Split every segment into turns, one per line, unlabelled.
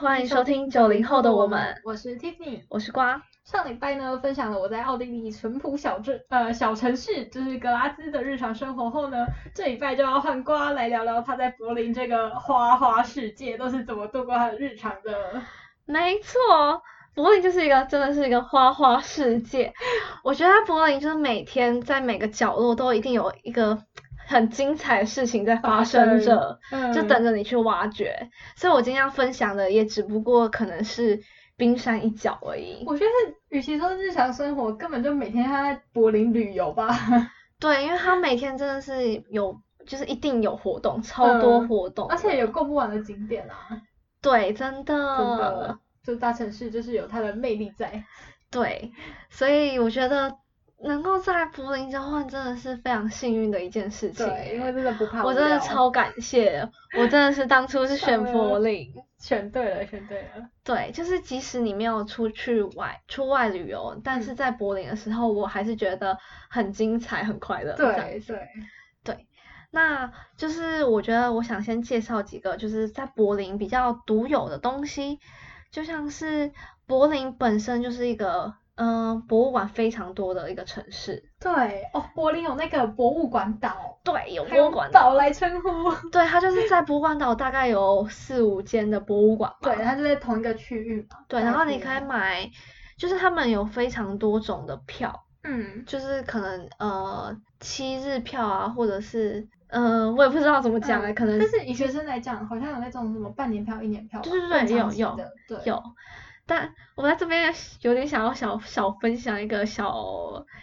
欢迎收听九零后的我们，
我是 Tiffany。
我是瓜。
上礼拜呢，分享了我在奥地利淳朴小镇呃小城市，就是格拉兹的日常生活后呢，这礼拜就要换瓜来聊聊他在柏林这个花花世界都是怎么度过他的日常的。
没错，柏林就是一个真的是一个花花世界。我觉得在柏林就是每天在每个角落都一定有一个很精彩的事情在发生着，
嗯
就等着你去挖掘。所以我今天要分享的也只不过可能是冰山一角而已。
我觉得，与其说日常生活，根本就每天他在柏林旅游吧。
对，因为他每天真的是有，就是一定有活动，超多
嗯
活动的，
而且有够不完的景点啊，
对，真的，
真啊的，就大城市就是有它的魅力在。
对，所以我觉得能够在柏林交换真的是非常幸运的一件事情。欸
对，因为真的不怕无
我真的
聊
超感谢，我真的是当初是选柏林。
选对了，选对了。
对，就是即使你没有出去外出外旅游，但是
嗯
在柏林的时候，我还是觉得很精彩、很快乐。这样
对对，
那就是我觉得我想先介绍几个就是在柏林比较独有的东西，就像是柏林本身就是一个嗯、呃博物馆非常多的一个城市，
对哦，柏林有那个博物馆岛，
对，有
还
博
用
物馆岛，
岛来称呼。
对，它就是在博物馆岛大概有四五间的博物馆吧，
对，它就在同一个区域嘛。
对，
大
然后
区
你
域
可以买，就是他们有非常多种的票，
嗯，
就是可能呃七日票啊，或者是呃我也不知道怎么讲哎、
嗯
可能
但是以学生来讲，好像有那种什么半年票、一年票吧，
对对
更
对
长
有
期
有
的，对，
有，但我在这边有点想要小小分享一个小，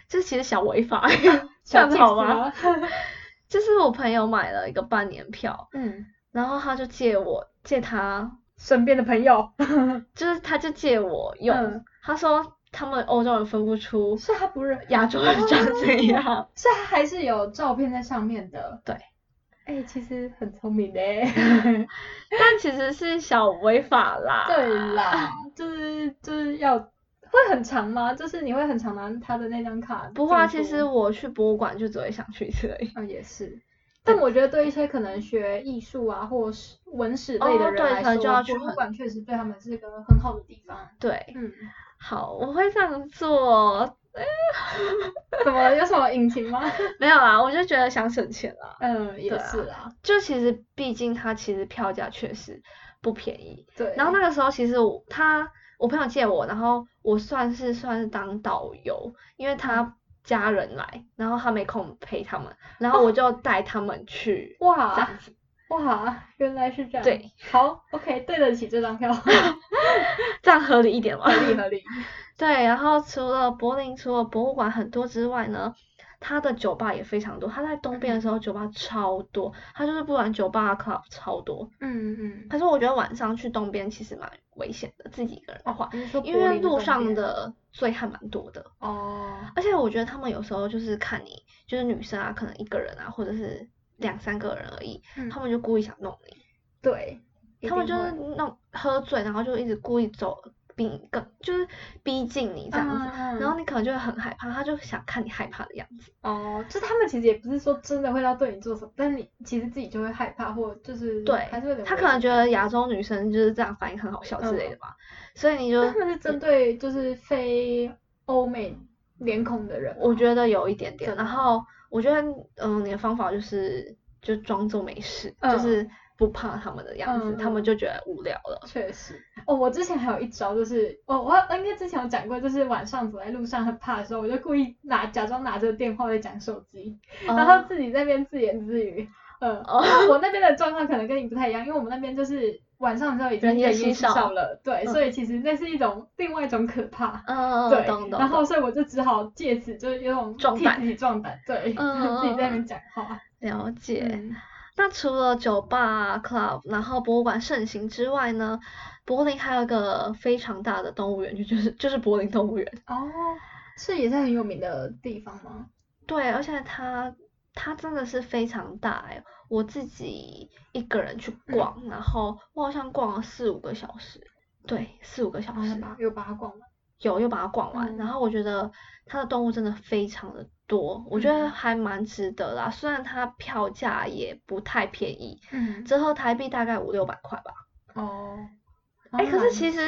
就是其实小违法， 这
嗯小
样子好
tips
吗？
吗？
就是我朋友买了一个半年票，
嗯，
然后他就借我借他，
身边的朋友
就是他就借我用，
嗯
他说他们欧洲人分不出
是他不认，
亚洲人长 怎样，
是他还是有照片在上面的。
对，
哎、其实很聪明嘞。
但其实是小违法啦。
对啦，就是就是要会很长吗？就是你会很常拿他的那张卡进出？
不过啊其实我去博物馆就只会想去一次而已。
啊，也是。但我觉得对一些可能学艺术啊或是文史类
哦
的人
对
来
可能
说，
就要去
博物
很
馆确实对他们是个很好的地方。
对，
嗯，
好，我会这样做。
怎么有什么隐情吗？
没有啦，我就觉得想省钱啦。
嗯，也
对啊
是啦。
就其实，毕竟它其实票价确实不便宜。
对。
然后那个时候，其实我他我朋友借我，然后我算是算是当导游，因为他家人来，然后他没空陪他们，然后我就带他们去、 这
哇
样子。
哇，原来是这样。
对。
好，OK，对得起这 张票，合
这样合理一点嘛？
理合 理。
对，然后除了柏林，除了博物馆很多之外呢，它的酒吧也非常多。它在东边的时候酒吧超多，它就是不管酒吧 club 超多。
嗯嗯。
可是我觉得晚上去东边其实蛮危险的，自己一个人的话，
哦，你是说
因
柏
为
林的
路
东
上
边
的醉汉蛮多的。
哦，
而且我觉得他们有时候就是看你，就是女生啊，可能一个人啊，或者是两三个人而已，
嗯
他们就故意想弄你，
对，一
他们就
定
是
会
弄喝醉，然后就一直故意走逼你更，就是逼近你这样子。
嗯嗯
然后你可能就会很害怕，他就想看你害怕的样子。
哦，就他们其实也不是说真的会要对你做什么，但你其实自己就会害怕，或就是
对
还是会有点，
他
危
可能
险
觉得亚洲女生就是这样反应很好
嗯
笑之类的吧，所以你 就
但他们是针对就是非欧美脸孔的人吗，
我觉得有一点点。
真的
然后我觉得，嗯，你的方法就是就装作没事，就
嗯
是不怕他们的样子，
嗯
他们就觉得无聊了。
确实。哦，我之前还有一招，就是哦，我我应该之前有讲过，就是晚上走在路上很怕的时候，我就故意拿假装拿着电话在讲手机，然
嗯
后自己在那边自言自语。嗯，
哦
因为我那边的状况可能跟你不太一样，因为我们那边就是晚上之后已经
人烟稀
稀
少
少了，对，
嗯
所以其实那是一种另外一种可怕。
嗯，
对，
懂懂。
然后所以我就只好借此就是有种
壮
替
胆
自己壮胆，对，
嗯
自己在那边讲话。
了解、
嗯
那除了酒吧、club，然后博物馆盛行之外呢，柏林还有一个非常大的动物园，就就是就是柏林动物园。
哦，是也是很有名的地方吗？
对，而且它它真的是非常大哎、我自己一个人去
嗯
逛，然后我好像逛了四五个小时，对，四五个小
好
时
像吧，有把它逛完。
有又把它逛完，
嗯
然后我觉得它的动物真的非常的多，我觉得
嗯
还蛮值得啦。虽然它票价也不太便宜，
嗯，
折合台币大概五六百块吧。
哦，
哎、可是其实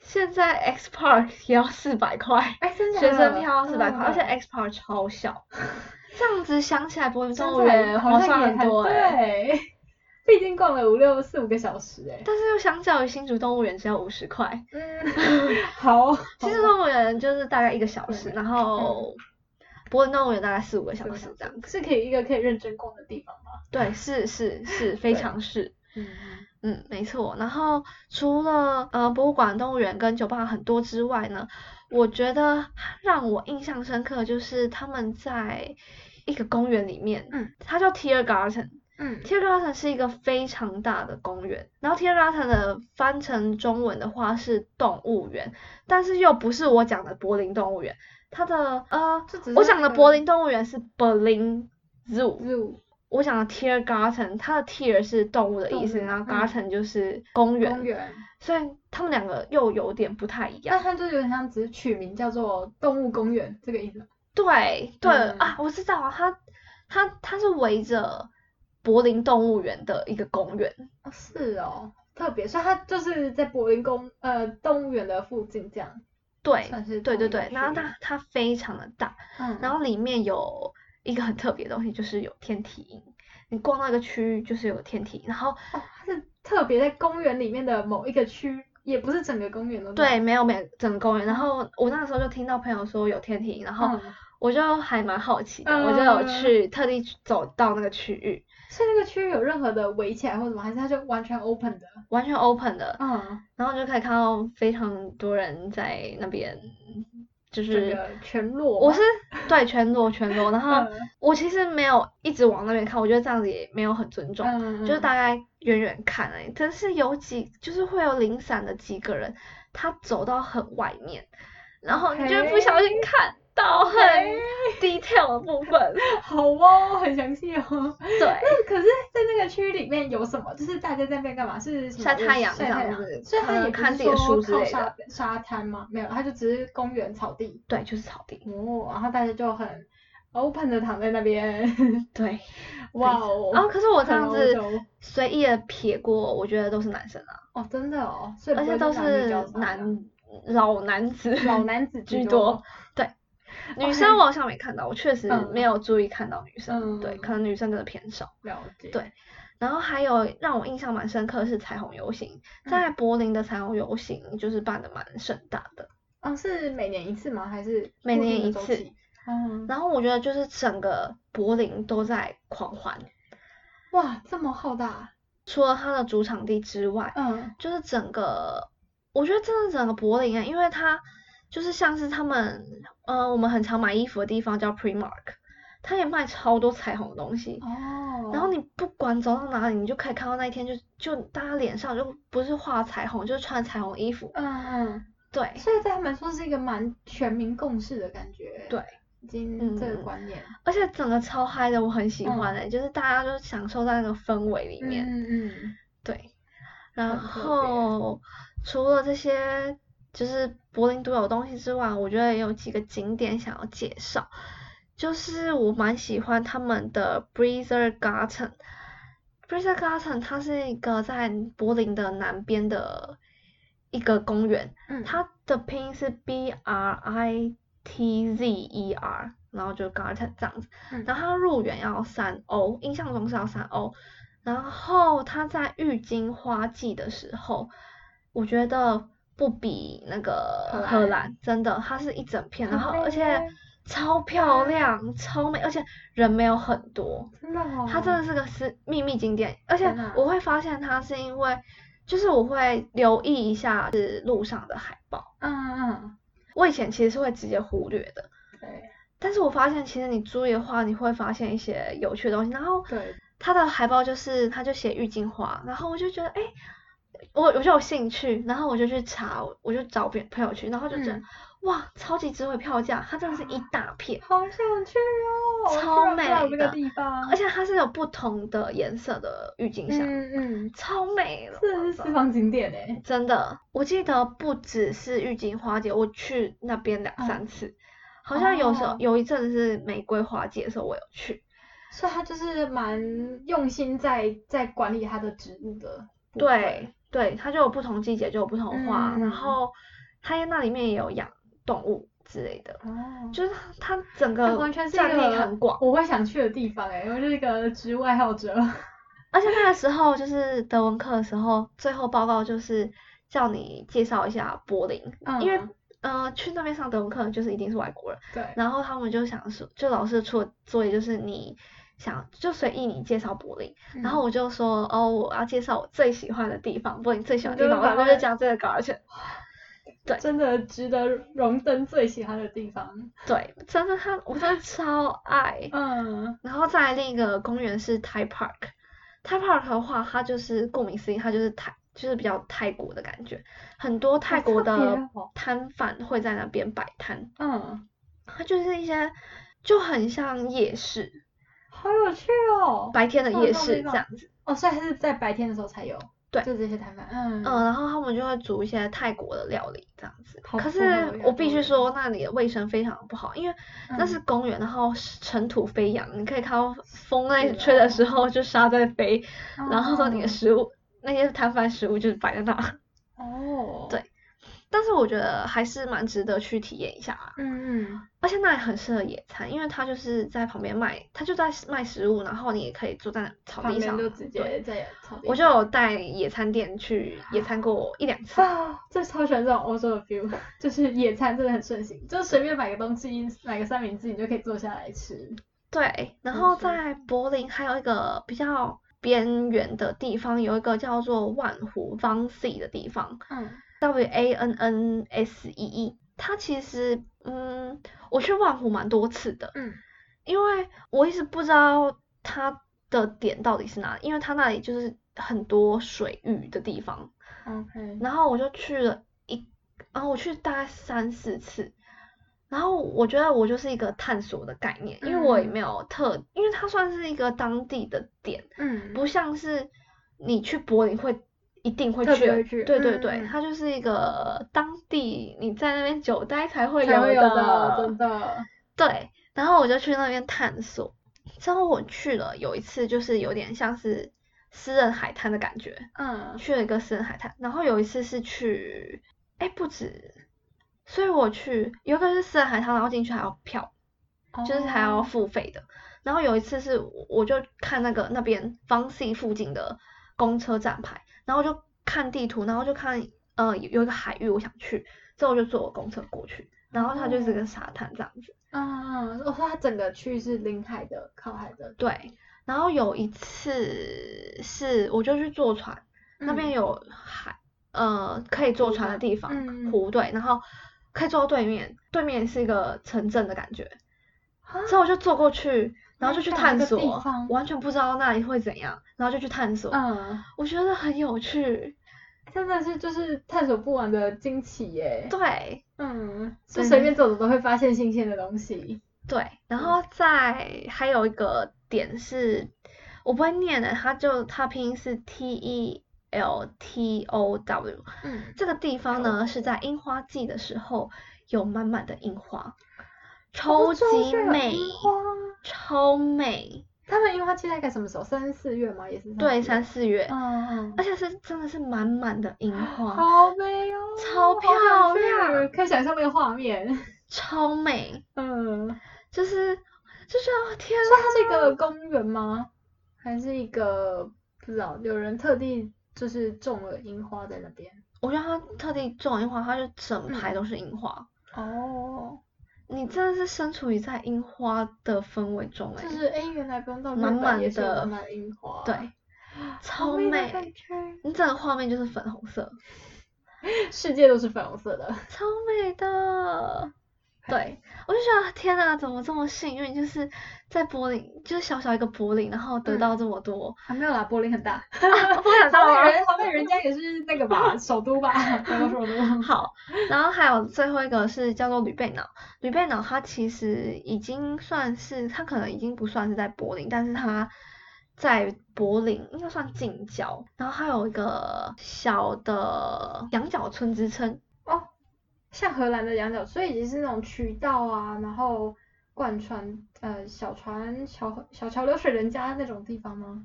现在 X Park 也要四百块，
哎，真的
学生票要四百块，而且
嗯
X Park 超小。这样子想起来，柏林
真
动物
的耶
园
好
算
像也
很多哎、
对，毕竟逛了五六四五个小时哎。
但是又相较于新竹动物园只要五十块，
嗯， 好。
新竹动物园就是大概一个小时，
对
然后柏林动物园大概四五个小时这样。
是可以一个可以认真逛的地方吗？
对，是是是，非
对
常是。
嗯，
嗯，没错。然后除了呃博物馆、动物园跟酒吧很多之外呢，我觉得让我印象深刻就是他们在一个公园里面，
嗯，
它叫 Tear Garden。
嗯
Tear Garden 是一个非常大的公园，然后 Tear Garden 的翻成中文的话是动物园，但是又不是我讲的柏林动物园，它的呃
这只，
我
是
讲的
一个
柏林动物园是 Berlin Zoo。
入
我讲的 tear garden，它的 tear 是动物的意思，
动物
然后
嗯
garden 就是公园，
公园，
所以它们两个又有点不太一样
但。它就有点像只是取名叫做动物公园这个意思吗。
对对、
嗯
啊，我知道啊，它它它是围着柏林动物园的一个公园，
哦，是哦，特别，所以它就是在柏林公呃动物园的附近这样，
对
算是
对对
同一
对，然后
区
它它非常的大，
嗯，
然后里面有一个很特别的东西，就是有天体营。你逛到一个区域就是有个天体，然后
哦，它是特别在公园里面的某一个区，也不是整个公园都
对，没有没整个公园。然后我那个时候就听到朋友说有天体营，然后
嗯，
我就还蛮好奇的，我就有去特地去走到那个区域，
所以那个区域有任何的围起来或什么，还是它就完全 open 的？
完全 open 的，
嗯，
然后就可以看到非常多人在那边，就
整
是
个全裸吗。
我是对全裸全裸，然后
嗯
我其实没有一直往那边看，我觉得这样子也没有很尊重，
嗯，
就是大概远远看而已。但是有几就是会有零散的几个人，他走到很外面，然后你就会不小心看到很 detail 的部 分，
好哦，很详细哦。
对。
那可是，在那个区域里面有什么？就是大家在那边干嘛？是什么
晒太阳
晒
这
太
样
阳
子
所以它
可
也
能
不是
看自己的
说
书之
靠
类的
沙沙滩吗？没有，它就只是公园草地。
对，就是草地。
哦，然后大家就很 open 的躺在那边。
对，
哇哦！
然后可是我这
很
样
欧
子
洲
随意的撇过，我觉得都是男生啊，
哦，真的哦，所以
而
不
且
会
都
男女
是
交叉的
男老男子，
老男子
居
多
多。女生我好像没看到，我确实
嗯
没有注意看到女生，
嗯
对，可能女生真的偏少。
了解。
对然后还有让我印象蛮深刻的是彩虹游行，
嗯
在柏林的彩虹游行就是办的蛮盛大的，
哦，是每年一次吗？还是
每
固定
年
的
一
周
次
期？嗯，
然后我觉得就是整个柏林都在狂欢，
哇，这么浩大。
除了它的主场地之外，
嗯
就是整个，我觉得真的整个柏林啊，因为它就是像是他们，呃，我们很常买衣服的地方叫 Primark，它也卖超多彩虹的东西。
哦。
然后你不管走到哪里，你就可以看到那一天就就大家脸上就不是画彩虹，就是穿彩虹衣服。
嗯嗯。
对
所以在他们说是一个蛮全民共识的感觉。
对，
已经这个
嗯
观念。
而且整个超嗨的，我很喜欢
嗯
哎、就是大家都享受在那个氛围里面。
嗯嗯
对，然
很特别
后除了这些就是柏林独有的东西之外，我觉得也有几个景点想要介绍，就是我蛮喜欢他们的 Breezer Garten。Breezer Garten 它是一个在柏林的南边的一个公园，
嗯。
它的拼音是 B R I T Z E R，然后就 Garten 这样子。
嗯
然后它入园要三欧，印象中是要三欧。然后它在郁金花季的时候，我觉得不比那
荷
个
兰
荷兰真的，它是一整片，然后
很美
而且
耶
超漂亮、超美，而且人没有很多。
真的哦。
它真的是个是秘密景点，而且
天哪
我会发现它是因为，就是我会留意一下是路上的海报。
嗯嗯。
我以前其实是会直接忽略的，
对
但是我发现其实你注意的话，你会发现一些有趣的东西。然后
对。
它的海报就是它就写郁金花，然后我就觉得哎，我我就有兴趣，然后我就去查，我就找别朋友去，然后就觉得、
嗯哦
哇，超级值回票价，它真的是一大片。
好想去哦！我
超
去不了
美
这个
的
地方。
而且它是有不同的颜色的郁金香，
嗯嗯，
超美了，
这是私房景点哎。
真的，我记得不只是郁金花节，我去那边两
嗯
三次，好像有时候、
哦
有一阵子是玫瑰花节的时候我有去，
所以他就是蛮用心在在管理他的植物的部分。
对对，它就有不同季节就有不同的花，
嗯
然后它那里面也有养动物之类的，
哦
就是它整
它
个
完全是一
占地
个
很广。
我会想去的地方哎、我就是一个植物爱好者。
而且那个时候就是德文课的时候，最后报告就是叫你介绍一下柏林，
嗯，
因为呃去那边上德文课就是一定是外国人，
对，
然后他们就想说，就老师出的作业就是你想就随意你介绍柏林，然后
嗯
我就说哦我要介绍我最喜欢的地方，柏林最喜欢的
你
地
就
方，
把
然后
那
就讲这个稿，而且对
真的值得荣登最喜欢的地方。
对，真的他我真的超爱，
嗯，
然后再来另一个公园是 Thai Park。Thai Park 的话，它就是顾名思义，它就是泰，就是比较泰国的感觉。很多泰国
特别
的
哦
摊贩会在那边摆摊，
嗯，
它就是一些就很像夜市，
好有趣哦。
白天的
哦
夜
那我
市
知道
这样子。
哦，所以还是在白天的时候才有。
对
就这些摊贩。嗯
嗯，然后他们就会煮一些泰国的料理这样子。
好
可
酷
是
哦亚
我必
洲
须
人
说，那里的卫生非常不好，因为那
嗯
是公园，然后尘土飞扬，你可以看到风在
是
吹的
哦
时候就沙在飞，然后你的
哦
食物那些摊贩食物就是摆在那。
哦，
对但是我觉得还是蛮值得去体验一下啊，
嗯嗯，
而且那里很适合野餐，因为它就是在旁边卖，它就在卖食物，然后你也可以坐在草
旁
地上
边就直
对，
接在草地
我就
上
有带野餐垫去野餐过一两次，
啊，这超喜欢这种欧洲的 feel，就是 野餐真的很盛行，就随便买个东西，买个三明治，你就可以坐下来吃。
对。然
很
后
舒服
在柏林还有一个比较边缘的地方，有一个叫做万湖 Van See 的地方
嗯，
，W A N N S E E。它其实，嗯，我去万湖蛮多次的，
嗯，
因为我一直不知道它的点到底是哪里，因为它那里就是很多水域的地方，
OK，
然后我就去了一，然后我去大概三四次，然后我觉得我就是一个探索的概念，因为我也
嗯
没有特，因为它算是一个当地的点，
嗯，
不像是你去柏林会。一定会
特
去
别
的，
会去
对对
嗯
对，
嗯
它就是一个当地你在那边久待才会
才
有
会有
的
的，真的。
对，然后我就去那边探索。之后我去了有一次，就是有点像是私人海滩的感觉，
嗯，
去了一个私人海滩。然后有一次是去，哎，不止，所以我去有一个是私人海滩，然后进去还要票，就是还要
哦
付费的。然后有一次是我我就看那个那边方 C 附近的公车站牌，然后就看地图，然后就看呃有有一个海域我想去，之后我就坐我公车过去，然后它就是
哦
个沙滩这样子。
嗯嗯，我说它整个区域是临海的，靠海的，
对，然后有一次是我就去坐船，那边
嗯
有海，呃，可以坐
湖
船的
吗
地方，
嗯嗯
湖对，然后可以坐到对面，对面是一个城镇的感觉，
啊
所以我就坐过去，然后就去
那
探
这个地
索
方，
完全不知道那里会怎样，然后就去探索，
嗯，
我觉得很有趣，
真的是就是探索不完的惊奇耶。
对
嗯，就
对
随便走走都会发现新鲜的东西。
对，然
嗯
后再还有一个点是，我不会念的，它就它拼音是 T E L T O W。
嗯，
这个地方呢是在樱花季的时候有满满的樱花，超
欧
级
洲哦是有
美，
樱花
超美。
他们樱花期大概什么时候？三四月吗？也是
对，
四月
三四月，
嗯
而且是真的是满满的樱花，
好美哦，
超
好
漂
想去
亮
可以想象那个画面。
超美，
嗯，
就是就是哦天
所以它是一个公园吗？还是一个不知道？有人特地就是种了樱花在那边。
我觉得他特地种樱花，他就整
嗯
排都是樱花，
哦，
你真的是身处于在樱花的氛围中哎、
就是哎，诶原来不用到日
满满
本也是有
的
满满樱花，
对，
好
超
美的
美
感，觉，
你整个画面就是粉红色，
世界都是粉红色的。
超美的。对，我就觉得天哪，怎么这么幸运？就是在柏林，就是小小一个柏林，然后得到这么多，
还没有啦，柏林很 大，
不想
好
到
歹
啊。
人好歹人家也是那个吧，首都吧， 美国首都。
好，然后还有最后一个是叫做吕贝瑙，吕贝瑙它其实已经算是，它可能已经不算是在柏林，但是它在柏林应该算近郊，然后还有一个小的羊角村之称，
像荷兰的羊角，所以其实是那种渠道啊，然后贯穿呃小船、小小桥流水人家那种地方吗？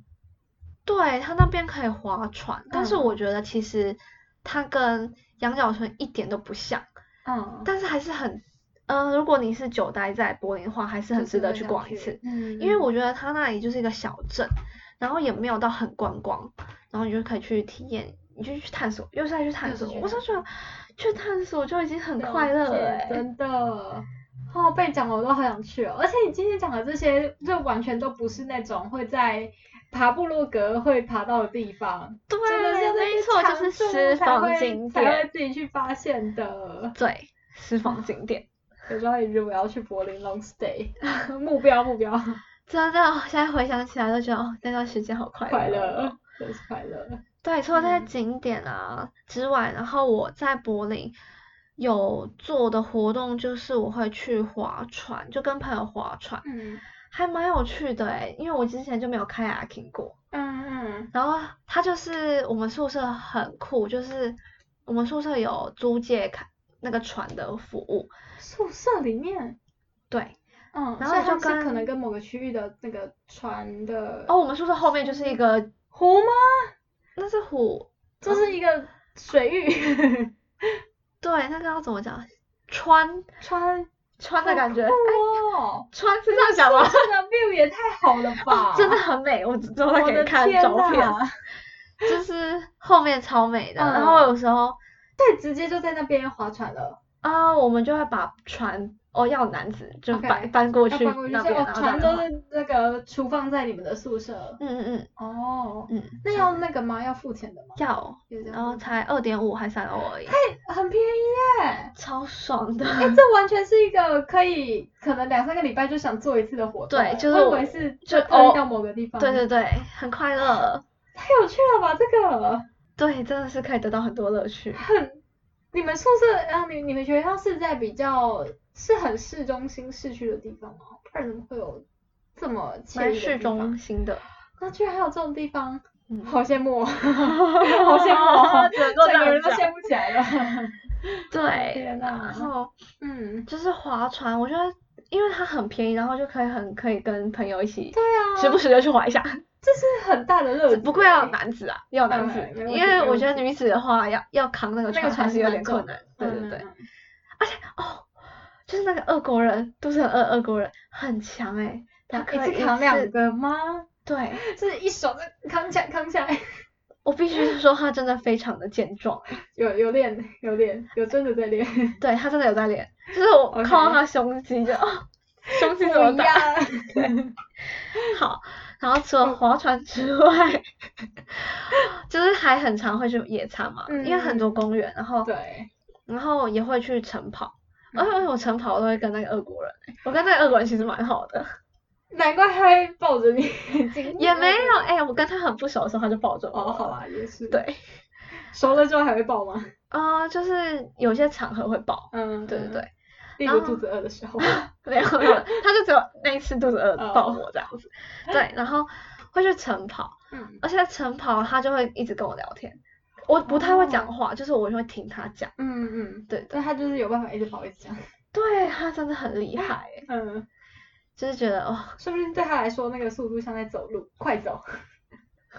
对，它那边可以划船，但是
嗯
我觉得其实它跟羊角村一点都不像，
嗯，
但是还是很，嗯、如果你是久待在柏林的话，还是很
就
值得
会
去
想
逛一次，，
嗯，
因为我觉得它那里就是一个小镇，然后也没有到很观光，然后你就可以去体验，你就去探索，又是再去探
又是
索，
去
我
探
就觉得去探索就已经很
了
快乐
解
了、欸，
真的。哦，被讲了我都好想去哦！而且你今天讲的这些，就完全都不是那种会在爬布洛格会爬到的地方，
对，
真的是
没错，就是私房景
才会
点，
自己去发现的。
对，私房景 点。
有朝一日我要去柏林 long stay，目标目标，
真的，我现在回想起来都觉得，哦，那段时间好快
快
乐哦。
乐，真是快乐。
对，除了这些
嗯
景点啊之外，然后我在柏林有做的活动就是我会去划船，就跟朋友划船，
嗯
还蛮有趣的诶，因为我之前就没有开 a k i n 过。
嗯
然后它就是我们宿舍很酷，就是我们宿舍有租借开那个船的服务，
嗯，宿舍里面，
对。
嗯，
然
所以
后就
它是可
跟
能跟某个区域的那个船的
哦，我们宿舍后面就是一个，
湖吗？
那是湖，
这是一个水域，
对，那个要怎么讲？川
穿
川的感觉，
哇、
哎，
哦，
川是这样讲吗？
这个 view 也太好了吧！
真的，很美，我之后再
我
给
的
你看
天
照片，
呐！
就是后面超美的。
嗯
然后有时候
对，直接就在那边划船了，
啊、我们就会把船哦要有男子就
OK，
搬搬过
要
去
搬过去
那
所以
边，
哦
然，后再
船
把
都是那个厨放在你们的宿舍。
嗯嗯嗯
哦，
嗯
那要那个吗？要付钱的吗？
要，
有这样
然后
付钱
才二点五还三欧而已，
很便宜耶！
超爽的。
哎，这完全是一个可以可能两三个礼拜就想做一次的活动
对
哎。
就是
我以
我
为是
就
就特
哦
意到某个地方。
对对，对，很快乐，
太有趣了吧这个！
对，真的是可以得到很多乐趣。
你们宿舍啊，你你们学校是在比较是很市中心市区的地方吗？不然怎么会有这么惬
蛮
意的
市
地方
中心的，
那居然还有这种地方，
嗯，
好羡慕哦， 好羡慕哦
只能够这
整个
样
人
啊
都
讲。
羡慕起来 了。
对，
天哪
然后
嗯，
就是划船，我觉得因为它很便宜，然后就可以很可以跟朋友一起，
对啊，
时不时就去划一下。
这是很大的乐趣欸。
不过要有男子啊，要有男子
哎没，问
因
题
为
没
我
问
觉得女子的话要要扛那个
那
船
个
还
船
是有点困难。对对
嗯
对，，
嗯嗯
哦，就是那个俄国人，都是很俄俄国人很强哎，他
他
可
一
以
次扛两
次。
个吗？
对，
就是一手在扛起来，扛起来，
我必须说他真的非常的健壮，
有有练，有练，有真的 在练，
对他真的有在练，就是我
OK
看到他胸肌 就哦，胸肌怎么
不一
打？
样嗯
好，然后除了划船之外， 就是还很常会去野餐嘛，
嗯
因为很多公园，然后
对，
然后也会去晨跑，而且
嗯
我晨跑都会跟那个俄国人欸，我跟那个俄国人其实蛮好的，
难怪他会抱着你进
也没有
哎。
哎、我跟他很不熟的时候他就抱着我， 啊
哦，好，啦，也是。，
对，
熟了之后还会抱吗？
啊、就是有些场合会抱，
嗯，
对对
哦嗯
对，，
例
然
如
后
肚子饿的时候。
没有没有，他就只有那一次肚子饿
哦
抱我这样子，对，然后会去晨跑，
嗯，
而且晨跑他就会一直跟我聊天，我不太会讲
哦
话，就是我就会听他讲。
嗯嗯，
对的，
但他就是有办法一直跑一直讲，
对他真的很厉害欸，
嗯，
就是觉得哦，
说不定对他来说那个速度像在走路，快走，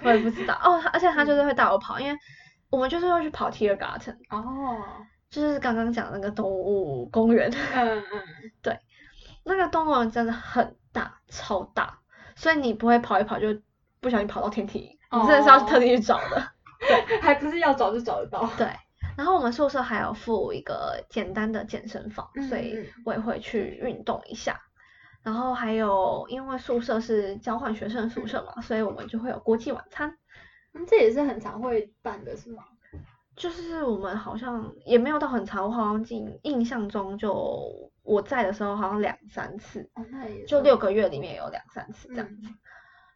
我也不知道哦，他而且他
嗯
就是会带我跑，因为我们就是会去跑 Tiergarten，
哦，
就是刚刚讲的那个动物公园，
嗯嗯，
那个动物园真的很大，超大，所以你不会跑一跑就不小心跑到天体，你真的是要
哦
特地去找的。
还不是要找就找得到，
对，然后我们宿舍还有附一个简单的健身房，所
嗯
以
嗯
我也会去运动一下。然后还有，因为宿舍是交换学生宿舍嘛，所以我们就会有国际晚餐。
嗯，这也是很常会办的，是吗？
就是我们好像也没有到很长，我好像印印象中就我在的时候好像两三次，
哦，那也
就
算
六个月里面有两三次这样。
嗯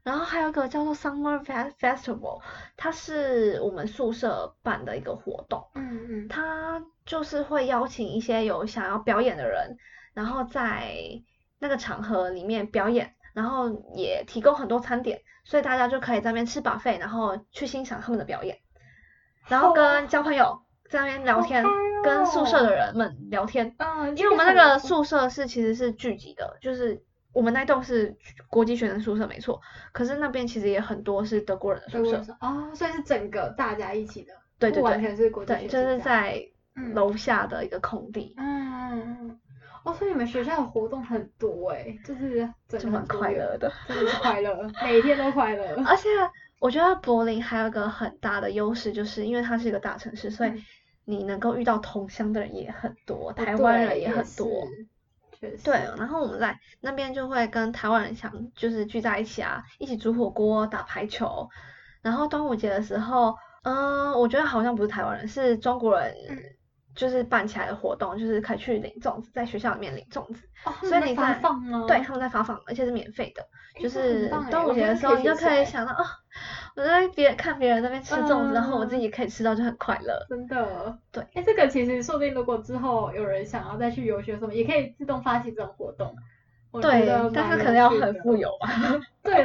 然后还有一个叫做 Summer Fest Festival，它是我们宿舍办的一个活动，
嗯嗯，
它就是会邀请一些有想要表演的人，然后在那个场合里面表演，然后也提供很多餐点，所以大家就可以在那边吃把费，然后去欣赏他们的表演，然后
好
跟交朋友在那边聊
好
天，
嗨
跟宿舍
哦
的人们聊天，
嗯，
因为我们那个宿
速
舍是其实是聚集的，就是我们那栋是国际学生宿舍没错，可是那边其实也很多是德国人的
德
宿
国
舍
人，说哦，所以是整个大家一起的，
对对
不完
对，
全是国际
对，
学
就
生
是
这样
在
嗯
楼下的一个空地，
嗯嗯嗯，哦，所以你们学校的活动很多哎、就是整
就
个
蛮
很多
快
元，
乐的。
真的是快乐，每天都快乐。
而且我觉得柏林还有一个很大的优势，就是因为它是一个大城市，所
嗯
以你能够遇到同乡的人也很多，
哦
台湾人
对
也很多。
哦是确实，
对，啊然后我们在那边就会跟台湾人想就是聚在一起啊，一起煮火锅、打排球。然后端午节的时候，嗯，我觉得好像不是台湾人，是中国人，
嗯
就是办起来的活动，就是可以去领粽子，在学校里面领粽子，
哦，他
所
们
以
在
你在
发放吗？
对，他们在发放，而且是免费的。
哦诶
就
这很
是
棒诶
端午
我
节
觉
的
得
时
可
候，
以
你就
学
可
起
以
来
想到哦，我在别人看别人那边吃粽子，然后我自
嗯
己可以吃到，就很快乐。
真的，
对
哎，这个其实说不定，如果之后有人想要再去游学什么，也可以自动发起这种活动。我觉
对
得，
但
蛮
是可
有
能要
趣
很
的
富有吧。
对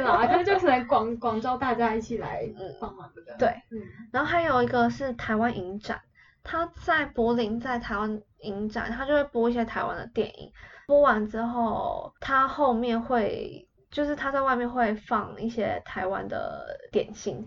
啦，可是就可能广广招大家一起来帮忙，对不对？
对，
嗯，
然后还有一个是台湾影展，它在柏林，在台湾影展，它就会播一些台湾的电影。播完之后，它后面会就是它在外面会放一些台湾的点心，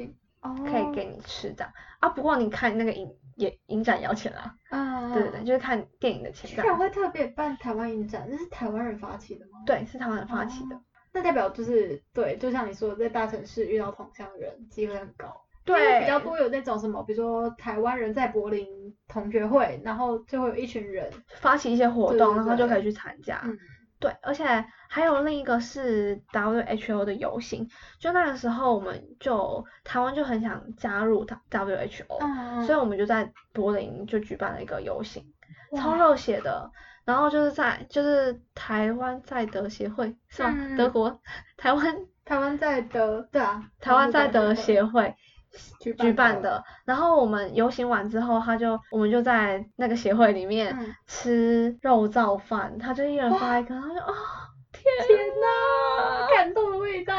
哦，
可以给你吃的啊。不过你看那个影也影展也要钱啦，
嗯，
对对对，就是看电影的钱
居
这
然
样。
会特别办台湾影展，那是台湾人发起的吗？
对，是台湾人发起的。
哦那代表就是对，就像你说的，在大城市遇到同乡人机会很高。因为
对，
比较多有那种什么，比如说台湾人在柏林同学会，然后就会有一群人，
发起一些活
对
动，
对
然后就
对
可以去参加。
嗯
对，而且还有另一个是 WHO 的游行，就那个时候我们就台湾就很想加入 WHO，、
嗯
所以我们就在柏林就举办了一个游行，超
哇
热血的。然后就是在就是台湾在德协会是吧？
嗯嗯
德
嗯
国台 湾
台湾在德，对啊，
台湾在德
协
协会
举
举办
办，
的。然后我们游行完之后，他就我们就在那个协会里面
嗯
吃肉燥饭，他就一人
哇
发一个，他就哦，
天哪，感动的味道，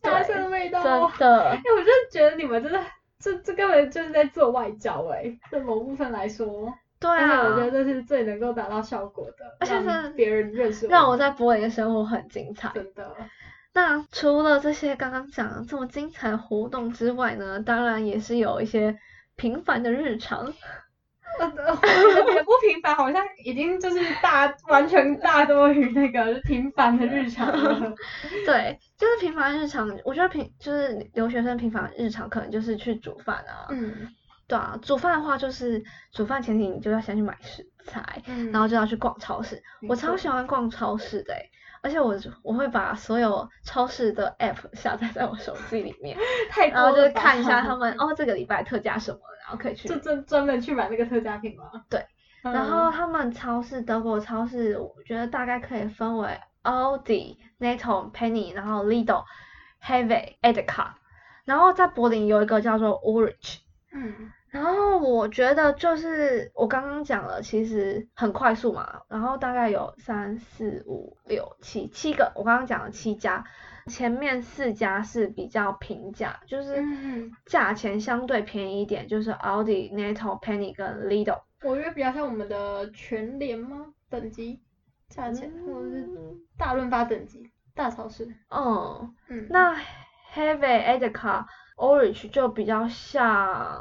大
对
声的味道，
真的
哎、。我真的觉得你们真的，这这根本就是在做外交哎、在某部分来说，
对
而且
啊，
我觉得这是最能够达到效果的，
而且
让
是
别人认识
让我
们
在柏林的生活很精彩。
真的，
那除了这些刚刚讲的这么精彩的活动之外呢，当然也是有一些平凡的日 常。
我我觉得也不平凡，好像已经就是大完全大多于那个平凡的日常了。
对，就是平凡日常，我觉得平就是留学生平凡日常可能就是去煮饭啊，
嗯
对啊，煮饭的话就是煮饭前提你就要先去买食材，
嗯
然后就要去逛超市。
没
我超
错
喜欢逛超市的欸、而且我我会把所有超市的 app 下载在我手机里面，
太多
然后就是
了吧
看一下他，们哦这个礼拜特价什么，然后可以去
就专专门去买那个特价品吗？
对
嗯，
然后他们超市，德国超市，我觉得大概可以分为 Aldi、Netto、Penny，然后 Lidl、Heavy、Edeka，然后在柏林有一个叫做 Ulrich。
嗯
然后我觉得就是我刚刚讲了，其实很快速嘛，然后大概有三四五六七七个，我刚刚讲了七家，前面四家是比较平价，就是
嗯嗯
价钱相对便宜一点，就是 Aldi、Netto、Penny 跟 Lidl。
我觉得比较像我们的全联吗？等级价钱，或者是
嗯
大润发等级大超市。
嗯，
嗯，
那 Heavy、Edeka、Orange 就比较像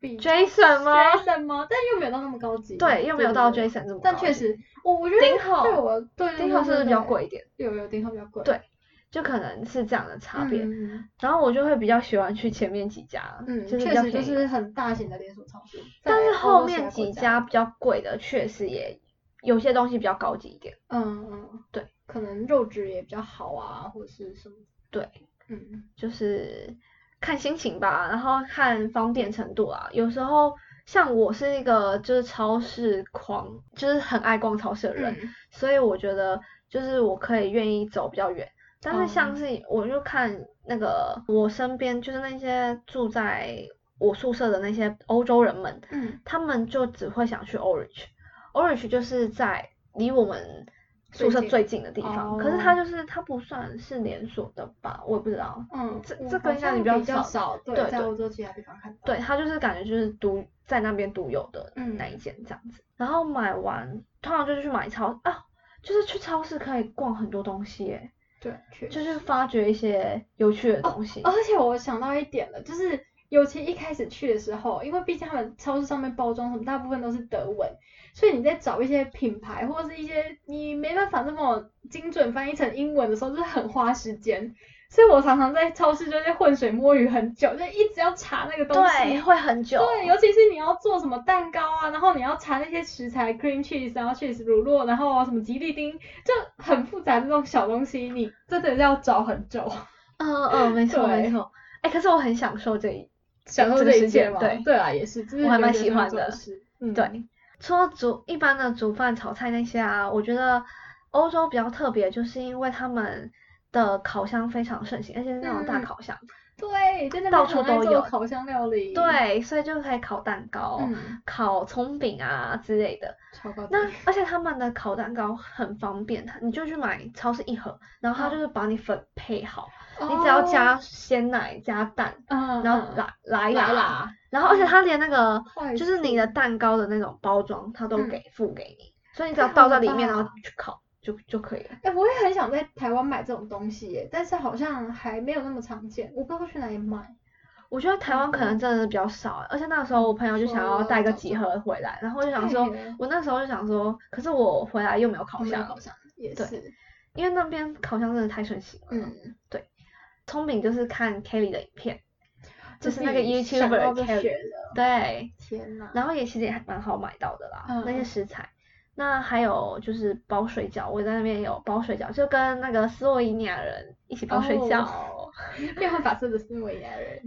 比
Jason 吗？
Jason 吗？但又没有到那么高级。
对，又没有到
对对
Jason 这么高级。
但确实，我我觉得
顶好
对我对对
丁克是比较，贵
对
一点，
对对有有顶好比较贵。
对就可能是这样的差别。
嗯，
然后我就会比较喜欢去前面几家，
嗯
就是
确
比较
实就
便宜。
是很大型的连锁超市。
但是
在
后
欧洲其
面
他
几
国
家，比较贵的，确实也有些东西比较高级一点。
嗯嗯，
对，
可能肉质也比较好啊，或者是什么，
对，
嗯，
就是看心情吧，然后看方便程度啊。有时候像我是一个就是超市狂，就是很爱逛超市的人，
嗯
所以我觉得就是我可以愿意走比较远。但是像
哦
是我就看那个我身边就是那些住在我宿舍的那些欧洲人们，
嗯，
他们就只会想去 Orange。Orange 就是在离我们宿舍
最近
最近的地方，
哦
可是它就是它不算是连锁的吧，我也不知道。
嗯，
这
我
这个
好
应该
像
你
比
比较少
较少，对
对
在
对
欧洲其他地方看到。
对，它就是感觉就是独在那边独有的
嗯
那一间这样子。然后买完，通常就是去买超啊，就是去超市可以逛很多东西耶，
对，确实。
就是发掘一些有趣的东西。
而且我想到一点了，就是尤其一开始去的时候，因为毕竟他们超市上面包装什么大部分都是德文，所以你在找一些品牌或者是一些你没办法那么精准翻译成英文的时候，就是很花时间。所以我常常在超市就是浑水摸鱼很久，就一直要查那个东
对，
西。
会很久。
对，尤其是你要做什么蛋糕啊，然后你要查那些食材，cream cheese，然后 cheese 乳酪，然后什么吉利丁，就很复杂这种小东西，你真的要找很久。
嗯嗯，没错
对
没错。哎，可是我很享受这一
享受
这个
这一
世
切
界
嘛，
对
对啊，也是，就是
我还蛮
留
喜
学生
欢
做
的
事，嗯，
对，除了煮一般的煮饭、炒菜那些啊，我觉得欧洲比较特别，就是因为他们的烤箱非常盛行，而且是那种大
嗯
烤箱。
对，真的
到处都有
烤箱料理，，
对，所以就可以烤蛋糕、
嗯，
烤葱饼啊之类的。
超高级
那而且他们的烤蛋糕很方便，它你就去买超市一盒，然后他
嗯哦
就是把你粉配好，你只要加，鲜奶、加蛋，
嗯，
然后来来
来
啦，
啦，
然后而且
嗯
他连那个
坏
就是你
死
的蛋糕的那种包装，他都
嗯
给付给你，所以你只
太
要倒
好
在
了
里面，然
吧
后去烤就就可以了。
哎、我也很想在台湾买这种东西耶，但是好像还没有那么常见，我不知道去哪里买。
我觉得台湾可
嗯
能真的是比较少，欸而且那个时候我朋友就想要带个几盒回来，然后我就想说
对，
我那时候就想说，可是我回来又没有烤
没有
箱
好，像也
对
是，
因为那边烤箱真的太盛行了。
嗯，
聪明就是看 Kelly 的影片，就是那个
自己想到
YouTuber
就
Kelly，
学了，
对，
天哪，
然后也其实也还蛮好买到的啦，那些
嗯
食材。那还有就是包水饺，我在那边有包水饺，就跟那个斯洛伊尼亚人一起包水饺，
哦，变换法式的思维呀人，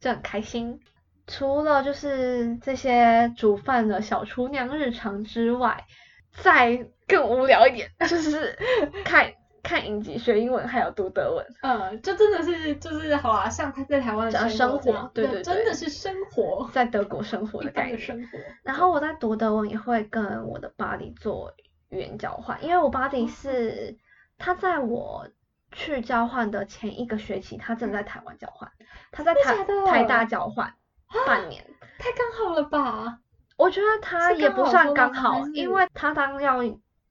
就很开心。除了就是这些煮饭的小厨娘日常之外，再更无聊一点，就是 看看影集学英文，还有读德文。
嗯，就真的是就是好啊，像他在台湾
讲
的
生
活
活
这样，
对
那
对
真
对
的是生活，
在德国生活
一
的
般
概
的
念。
生活。
然后我在读德文也会跟我的 buddy 做语言交换，因为我 buddy
哦
是他在我去交换的前一个学期，他正在台湾交换，他在
嗯
台
真的假的啊
台大交换半年。
太刚好了吧？
我觉得他
是
也
刚
不
好
算
说
刚
吗还
好，因
是
为他当要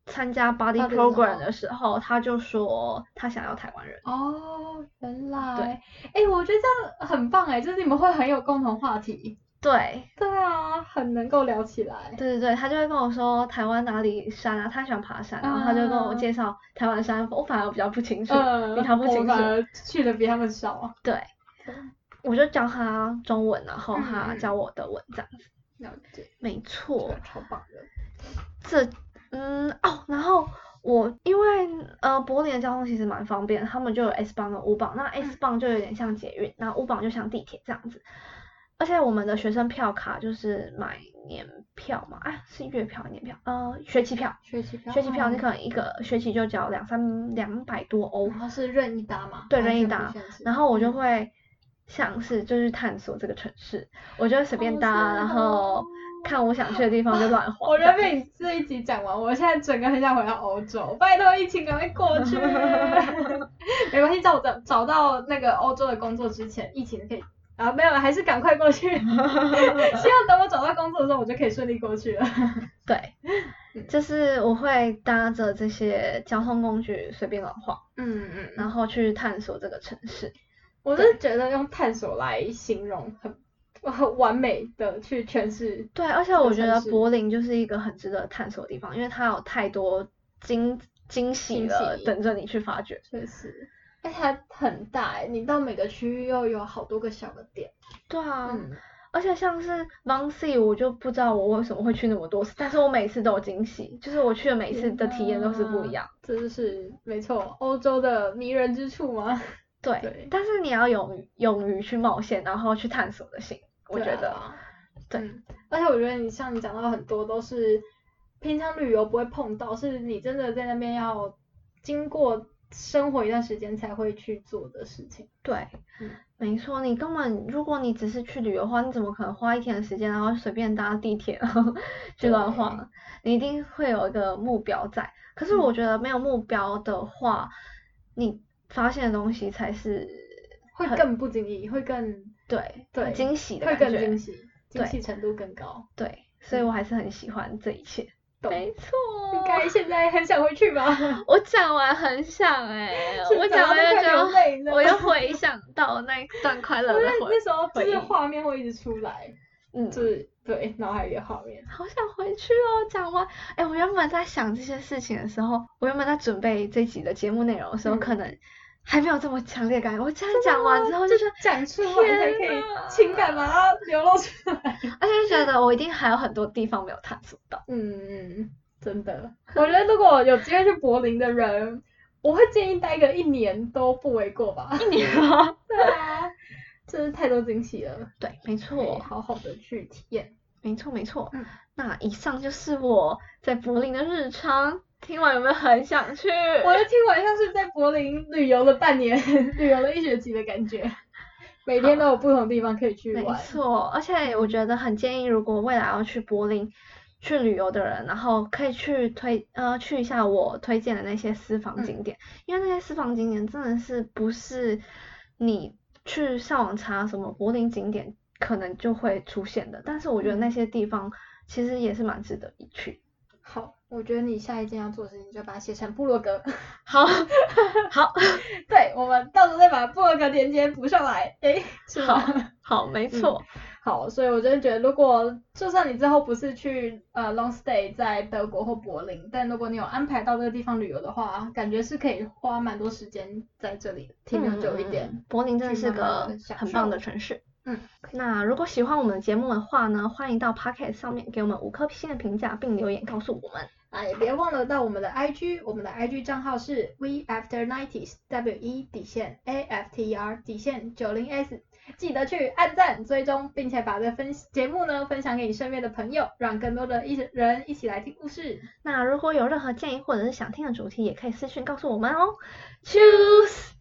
参加 buddy
的时
program
候
的时候，他就说他想要台湾人。
哦，原来，哎、我觉得这样很棒哎，就是你们会很有共同话题。
对，
对啊，很能够聊起来。
对对对，他就会跟我说台湾哪里山啊，他喜欢爬山，然后他就跟我
啊
介绍台湾山，我反而比较不清楚，
嗯，
比他不
我
清楚
反。而去的比他们少。啊
对，我就教他中文，然后他
嗯嗯
教我德文这样子。
了解，
没错，
超棒的。
这嗯哦，然后我因为呃柏林的交通其实蛮方便，他们就有 S 棒跟 U 棒，那
嗯
S 棒就有点像捷运，那 U 棒就像地铁这样子。而且我们的学生票卡就是买年票嘛，哎，是月票还是年票？呃，学期票。
学期票，
学期票你
嗯
可能一个学期就交两三两百多欧，
然后是任意打嘛？
对
完
任意
全不
打
限制
然后我就会像是就是探索这个城市，我就会随便
好
搭，
赞
然后
哦
看我想去的地方 就乱晃
我
这
觉得
样。
被你这一集讲完，我现在整个很想回到欧洲，拜托疫情赶快过 去。没关系，在我找找到那个欧洲的工作之前，疫情可以啊没有，还是赶快过去。 希望等我找到工作的时候，我就可以顺利过去了。
对，
嗯
就是我会搭着这些交通工具随便乱晃，
嗯嗯
然后去探索这个城市。
我是觉得用探索来形容很很完美的去诠释。
对，而且
这个
我觉
城
得
市
柏林就是一个很值得探索的地方，因为它有太多惊惊喜
惊
了
喜
等着你去发掘。
确实，哎，它很大哎，你到每个区域又有好多个小的点。
对啊，，
嗯
而且像是 v a n s y 我就不知道我为什么会去那么多次，但是我每次都有惊喜，就是我去的每次的体验都是不一样。
这就是没错，欧洲的迷人之处吗？
对，
对
但是你要勇于勇于去冒险，然后去探索的心，我觉
对啊
得。对
嗯而且我觉得你像你讲到很多都是平常旅游不会碰到，是你真的在那边要经过生活一段时间才会去做的事情。
对，
嗯
没错，你根本如果你只是去旅游的话，你怎么可能花一天的时间，然后随便搭地铁，然后去乱晃？你一定会有一个目标在。可是
嗯
我觉得没有目标的话，你发现的东西才是
会更不经意，会更
对
对
很惊喜的
会
感
更惊
觉。
喜，惊
对
喜程度更高。嗯
对，所以我还是很喜欢这一切。
懂。
没
应
错，
该现在很想回去吧？
我讲完很想哎、
是
我
讲
讲
到
完
都
就
快
觉
流泪你知
得
道
我又
吗
回想到那一段快乐
因为
的回
那，时候就是
回忆
画面会一直出来，
嗯
就，是对脑海里的画面。
好想回去哦。讲完，哎，我原本在想这些事情的时候，我原本在准备这集的节目内容的时候，
嗯
可能还没有这么强烈的感觉。我这样
真的
讲完
吗
之后就
就
觉得，
讲出来才可
天
以
哪
情感把它流露出来。
而哎且就觉得我一定还有很多地方没有探索到。
嗯，嗯，真的， 我觉得如果有机会去柏林的人，我会建议待个一年都不为过吧。
你
对啊，真是太多惊喜了，
对，没
可以
错，
好好的去体验。
没错，没错。
嗯
那以上就是我在柏林的日常，听完有没有很想去？
我的听完像是在柏林旅游了半年， 旅游了一学期的感觉，每天都有不同地方可以去
没
玩。
错，而且我觉得很建议，如果未来要去柏林去旅游的人，然后可以去推呃去一下我推荐的那些私
嗯
房景点，因为那些私房景点真的是不是你去上网查什么柏林景点可能就会出现的，但是我觉得
嗯
那些地方其实也是蛮值得一去。
好，我觉得你下一件要做的事情就把它写成部落格，
好， 好，
对我们到时候再把部落格链接补上来。诶，是嗯吗？
好好，没错，
好，所以我真的觉得，如果就算你之后不是去呃 long stay 在德国或柏林，但如果你有安排到这个地方旅游的话，感觉是可以花蛮多时间在这里停留久一点。
嗯柏林真的
去
是
慢慢
个
地享
很棒
受
的城市。
嗯，
那如果喜欢我们的节目的话呢，欢迎到 Pocket 上面给我们五颗星的评价，并留言告诉我们。
啊，也别忘了到我们的 IG，我们的 IG 账号是 we after nineties w e 底线 a f t E r 底线九零 s，记得去按赞、追踪，并且把这分节目呢分享给你身边的朋友，让更多的一人一起来听故事。
那如果有任何建议或者是想听的主题，也可以私讯告诉我们哦。Choose。